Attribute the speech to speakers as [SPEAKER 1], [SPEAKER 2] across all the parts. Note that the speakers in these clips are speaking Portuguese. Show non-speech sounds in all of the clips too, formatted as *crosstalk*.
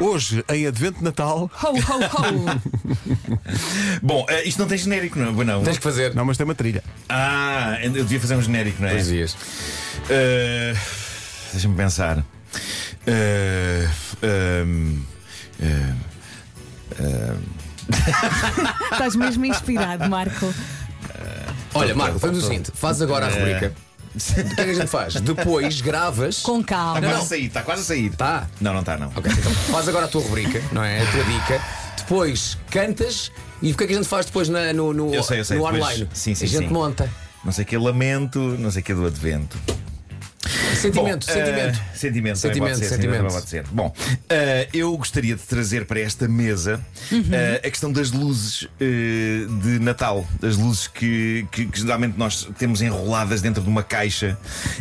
[SPEAKER 1] Hoje, em Advento de Natal.
[SPEAKER 2] Ho, ho, ho.
[SPEAKER 3] Bom, eh, isto não tem genérico, não? não.
[SPEAKER 4] Tens que fazer.
[SPEAKER 1] Não, mas tem uma trilha.
[SPEAKER 3] Ah, eu devia fazer um genérico, não é?
[SPEAKER 4] Dois dias.
[SPEAKER 3] Eh, Deixa-me pensar. Eh, ehm, eh,
[SPEAKER 2] *laughs* Estás mesmo inspirado, Marco.
[SPEAKER 4] Olha, Marco, fazemos o seguinte: faz agora a
[SPEAKER 3] É.
[SPEAKER 4] rubrica. O que é que a gente faz? Depois gravas.
[SPEAKER 2] Com calma.
[SPEAKER 3] tá Quase
[SPEAKER 4] não.
[SPEAKER 3] a sair, está quase a sair.
[SPEAKER 4] Tá.
[SPEAKER 3] Não, não está, não.
[SPEAKER 4] Ok, então faz agora a tua rubrica, não é? A tua dica. Depois cantas e o que é que a gente faz depois na- no, no,
[SPEAKER 3] Eu sei, eu sei,
[SPEAKER 4] no
[SPEAKER 3] depois-
[SPEAKER 4] online?
[SPEAKER 3] sim, sim,
[SPEAKER 4] A gente
[SPEAKER 3] sim.
[SPEAKER 4] monta.
[SPEAKER 3] Não sei que lamento, não sei que é do advento.
[SPEAKER 4] Sentimento,
[SPEAKER 3] Bom, eh,
[SPEAKER 4] sentimento.
[SPEAKER 3] sentimento, sentimento,
[SPEAKER 4] Sentimento, sentimento.
[SPEAKER 3] sentimento. Pode ser. Bom, eh, eu gostaria de trazer para esta mesa eh, a questão das luzes eh, de Natal. As luzes que, que, que geralmente nós temos enroladas dentro de uma caixa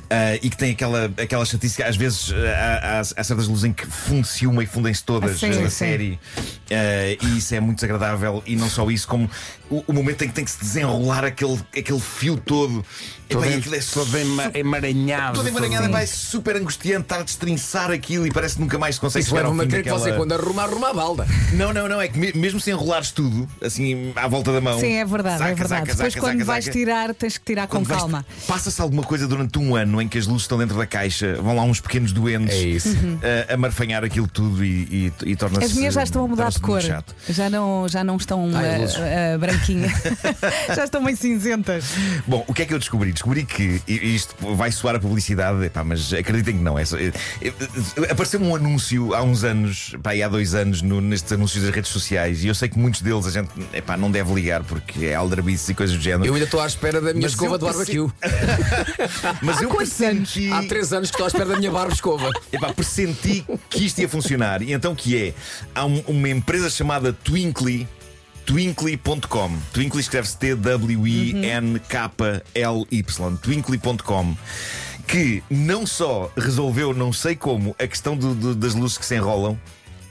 [SPEAKER 3] eh, e que tem aquela, aquela chatice que às vezes eh, há, há- há certas luzes em que funde-se uma e fundem-se todas
[SPEAKER 2] Ah, sim, sim.
[SPEAKER 3] na série. Eh, e isso é muito desagradável. E não só isso, como o, o momento em que tem que se desenrolar aquele, aquele fio todo. Epá, e aquilo é
[SPEAKER 1] Todo ema- emaranhado.
[SPEAKER 3] Toda emaranhada
[SPEAKER 1] todo-
[SPEAKER 3] vai super angustiante estar a destrinçar aquilo e parece que nunca mais se consegue
[SPEAKER 4] Isso
[SPEAKER 3] chegar ao
[SPEAKER 4] leva-me
[SPEAKER 3] fim
[SPEAKER 4] a crer que
[SPEAKER 3] daquela...
[SPEAKER 4] você, quando arrumar, arruma a balda.
[SPEAKER 3] Não, não, não, é que me- mesmo se enrolares tudo, assim, à volta da mão.
[SPEAKER 2] Sim, é verdade,
[SPEAKER 3] saca,
[SPEAKER 2] é verdade.
[SPEAKER 3] saca,
[SPEAKER 2] Depois,
[SPEAKER 3] saca,
[SPEAKER 2] quando
[SPEAKER 3] saca,
[SPEAKER 2] vais
[SPEAKER 3] saca.
[SPEAKER 2] tirar, tens que tirar
[SPEAKER 3] Quando
[SPEAKER 2] com
[SPEAKER 3] vais-
[SPEAKER 2] calma.
[SPEAKER 3] Passa-se alguma coisa durante um ano em que as luzes estão dentro da caixa, vão lá uns pequenos doentes
[SPEAKER 4] É isso.
[SPEAKER 3] a, a marfanhar aquilo tudo e, e, e torna-se.
[SPEAKER 2] As minhas já estão a mudar de
[SPEAKER 3] torna-se
[SPEAKER 2] cor.
[SPEAKER 3] muito Chato.
[SPEAKER 2] Já não, já não estão
[SPEAKER 4] Ai,
[SPEAKER 2] ah,
[SPEAKER 4] luzes.
[SPEAKER 2] ah,
[SPEAKER 3] *laughs*
[SPEAKER 2] branquinhas. já estão bem cinzentas.
[SPEAKER 3] Bom, o que é que eu descobri? Descobri que e isto vai soar a publicidade, epá, mas acreditem que não. É só- é- é- apareceu um anúncio há uns anos, pá, e há dois anos, no- nestes anúncios das redes sociais, e eu sei que muitos deles a gente epá, não deve ligar porque é aldrabices e coisas do género.
[SPEAKER 4] Eu ainda estou à espera da minha
[SPEAKER 3] Mas
[SPEAKER 4] escova
[SPEAKER 3] eu
[SPEAKER 4] do barbecue.
[SPEAKER 3] mas eu
[SPEAKER 2] quantos
[SPEAKER 3] pressenti,
[SPEAKER 4] Há três anos que estou à espera da minha
[SPEAKER 3] *laughs*
[SPEAKER 4] barba escova.
[SPEAKER 3] epá, pressenti que isto ia funcionar. E então que é? Há um- uma empresa chamada Twinkly. Twinkly.com Twinkly escreve-se T-W-I-N-K-L-Y Twinkly.com Que não só resolveu, não sei como, a questão do- do- das luzes que se enrolam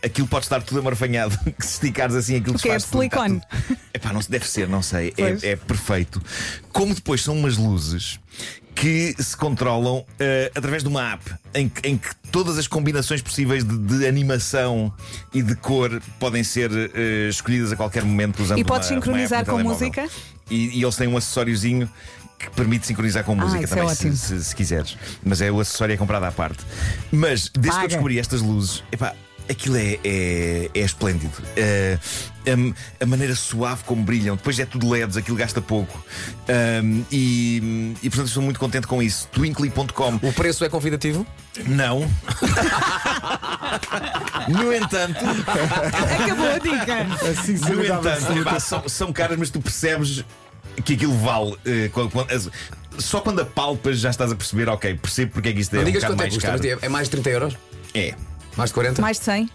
[SPEAKER 3] Aquilo pode estar tudo amarfanhado *laughs* Que se esticares assim aquilo
[SPEAKER 2] Porque é
[SPEAKER 3] desfaz tudo, está
[SPEAKER 2] silicone.
[SPEAKER 3] tudo- *laughs* Epá, não se deve ser, não sei
[SPEAKER 2] Pois.
[SPEAKER 3] é, é perfeito Como depois são umas luzes que se controlam eh, através de uma app em, que- em que todas as combinações possíveis de, de animação e de cor podem ser eh, escolhidas a qualquer momento usando
[SPEAKER 2] E podes
[SPEAKER 3] uma- uma
[SPEAKER 2] sincronizar
[SPEAKER 3] app no
[SPEAKER 2] com
[SPEAKER 3] telemóvel.
[SPEAKER 2] música?
[SPEAKER 3] E, e eles têm um acessóriozinho que permite sincronizar com música
[SPEAKER 2] isso é
[SPEAKER 3] também,
[SPEAKER 2] ótimo.
[SPEAKER 3] se, se- se quiseres. Mas é o acessório é comprado à parte. Mas desde que
[SPEAKER 2] Paga.
[SPEAKER 3] eu descobri estas luzes, epá, aquilo é, é, é esplêndido. Eh, hum, a, maneira suave como brilham, depois é tudo LEDs, aquilo gasta pouco. Hum, e, e portanto estou muito contente com isso. Twinkly.com
[SPEAKER 4] O preço é convidativo?
[SPEAKER 3] não. *laughs* no entanto,
[SPEAKER 2] Acabou a dica.
[SPEAKER 1] A
[SPEAKER 3] no
[SPEAKER 1] sinceridade
[SPEAKER 3] entanto
[SPEAKER 1] absoluta.
[SPEAKER 3] epá, são, são caras, mas tu percebes que aquilo vale. eh, quando- quando- as- só quando apalpas já estás a perceber, ok, percebo porque é que isto é
[SPEAKER 4] não
[SPEAKER 3] um
[SPEAKER 4] digas
[SPEAKER 3] bocado
[SPEAKER 4] quanto é que
[SPEAKER 3] mais
[SPEAKER 4] custa,
[SPEAKER 3] caro.
[SPEAKER 4] mas é é mais de 30 euros?
[SPEAKER 3] É.
[SPEAKER 4] Mais de 40?
[SPEAKER 2] Mais de 100.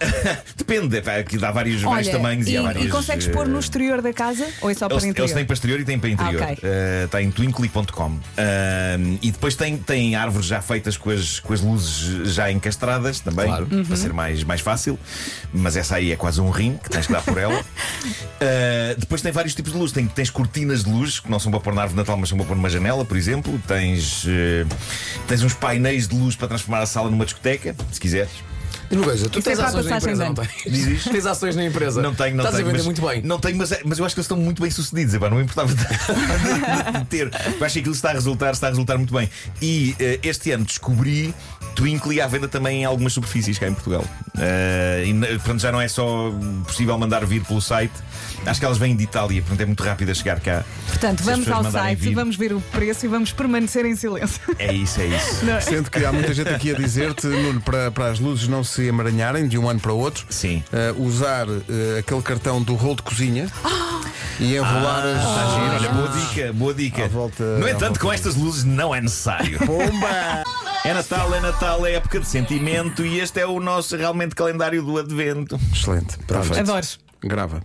[SPEAKER 3] Depende, epá, aqui dá vários, vários tamanhos e, há
[SPEAKER 2] e,
[SPEAKER 3] vários.
[SPEAKER 2] e consegues pôr no
[SPEAKER 3] eh,
[SPEAKER 2] exterior da casa? Ou é só para
[SPEAKER 3] Eles,
[SPEAKER 2] interior?
[SPEAKER 3] eles têm para exterior e têm para interior.
[SPEAKER 2] Ah, ok.
[SPEAKER 3] Eh, está em twinkly.com. Ah, e depois tem, tem árvores já feitas com as, com as luzes já encastradas também,
[SPEAKER 4] Claro.
[SPEAKER 2] Uhum.
[SPEAKER 3] para ser mais, mais fácil. Mas essa aí é quase um rim que tens que dar
[SPEAKER 2] *laughs*
[SPEAKER 3] por ela. Ah, depois tem vários tipos de luz. Tem, tens cortinas de luz, que não são para pôr na árvore de Natal, mas são para pôr numa janela, por exemplo. Tens, eh, tens uns painéis de luz para transformar a sala numa discoteca, se quiseres.
[SPEAKER 4] Diz uma coisa, tu
[SPEAKER 2] Isso é
[SPEAKER 4] tens
[SPEAKER 2] para a
[SPEAKER 4] ações na
[SPEAKER 2] passagem
[SPEAKER 4] empresa, não
[SPEAKER 2] de ano.
[SPEAKER 4] tens?
[SPEAKER 3] Diz isto?
[SPEAKER 4] Tens ações na empresa?
[SPEAKER 3] Não tenho, não
[SPEAKER 4] Estás
[SPEAKER 3] tenho.
[SPEAKER 4] a vender
[SPEAKER 3] mas-
[SPEAKER 4] muito bem.
[SPEAKER 3] Não tenho, mas, é, mas eu acho que eles estão muito bem sucedidos. Epá, não me importava de, *laughs* de- de ter. Eu acho que aquilo está a resultar, está a resultar muito bem. E eh, este ano descobri Twinkly à venda também em algumas superfícies cá em Portugal. Eh, e, na- portanto, já não é só possível mandar vir pelo site. Acho que elas vêm de Itália, portanto é muito rápido a chegar cá.
[SPEAKER 2] Portanto,
[SPEAKER 3] Se as
[SPEAKER 2] vamos
[SPEAKER 3] pessoas
[SPEAKER 2] ao
[SPEAKER 3] mandarem
[SPEAKER 2] site,
[SPEAKER 3] vir.
[SPEAKER 2] vamos ver o preço e vamos permanecer em silêncio.
[SPEAKER 3] É isso, é isso.
[SPEAKER 1] Sendo que há muita gente aqui a dizer-te, Nuno, para, para as luzes não se emaranharem de um ano para o outro,
[SPEAKER 3] Sim.
[SPEAKER 1] eh, usar eh, aquele cartão do rolo de cozinha e enrolar
[SPEAKER 3] Ah! Está
[SPEAKER 1] as.
[SPEAKER 3] giro, olha, boa dica, boa dica.
[SPEAKER 1] Ah. À volta-
[SPEAKER 3] no
[SPEAKER 1] à
[SPEAKER 3] entanto,
[SPEAKER 1] volta
[SPEAKER 3] com estas luzes não é necessário.
[SPEAKER 1] Bomba!
[SPEAKER 3] É Natal, é Natal, é época de sentimento e este é o nosso realmente calendário do Advento.
[SPEAKER 1] Excelente. Perfeito.
[SPEAKER 2] Adoro.
[SPEAKER 1] Grava.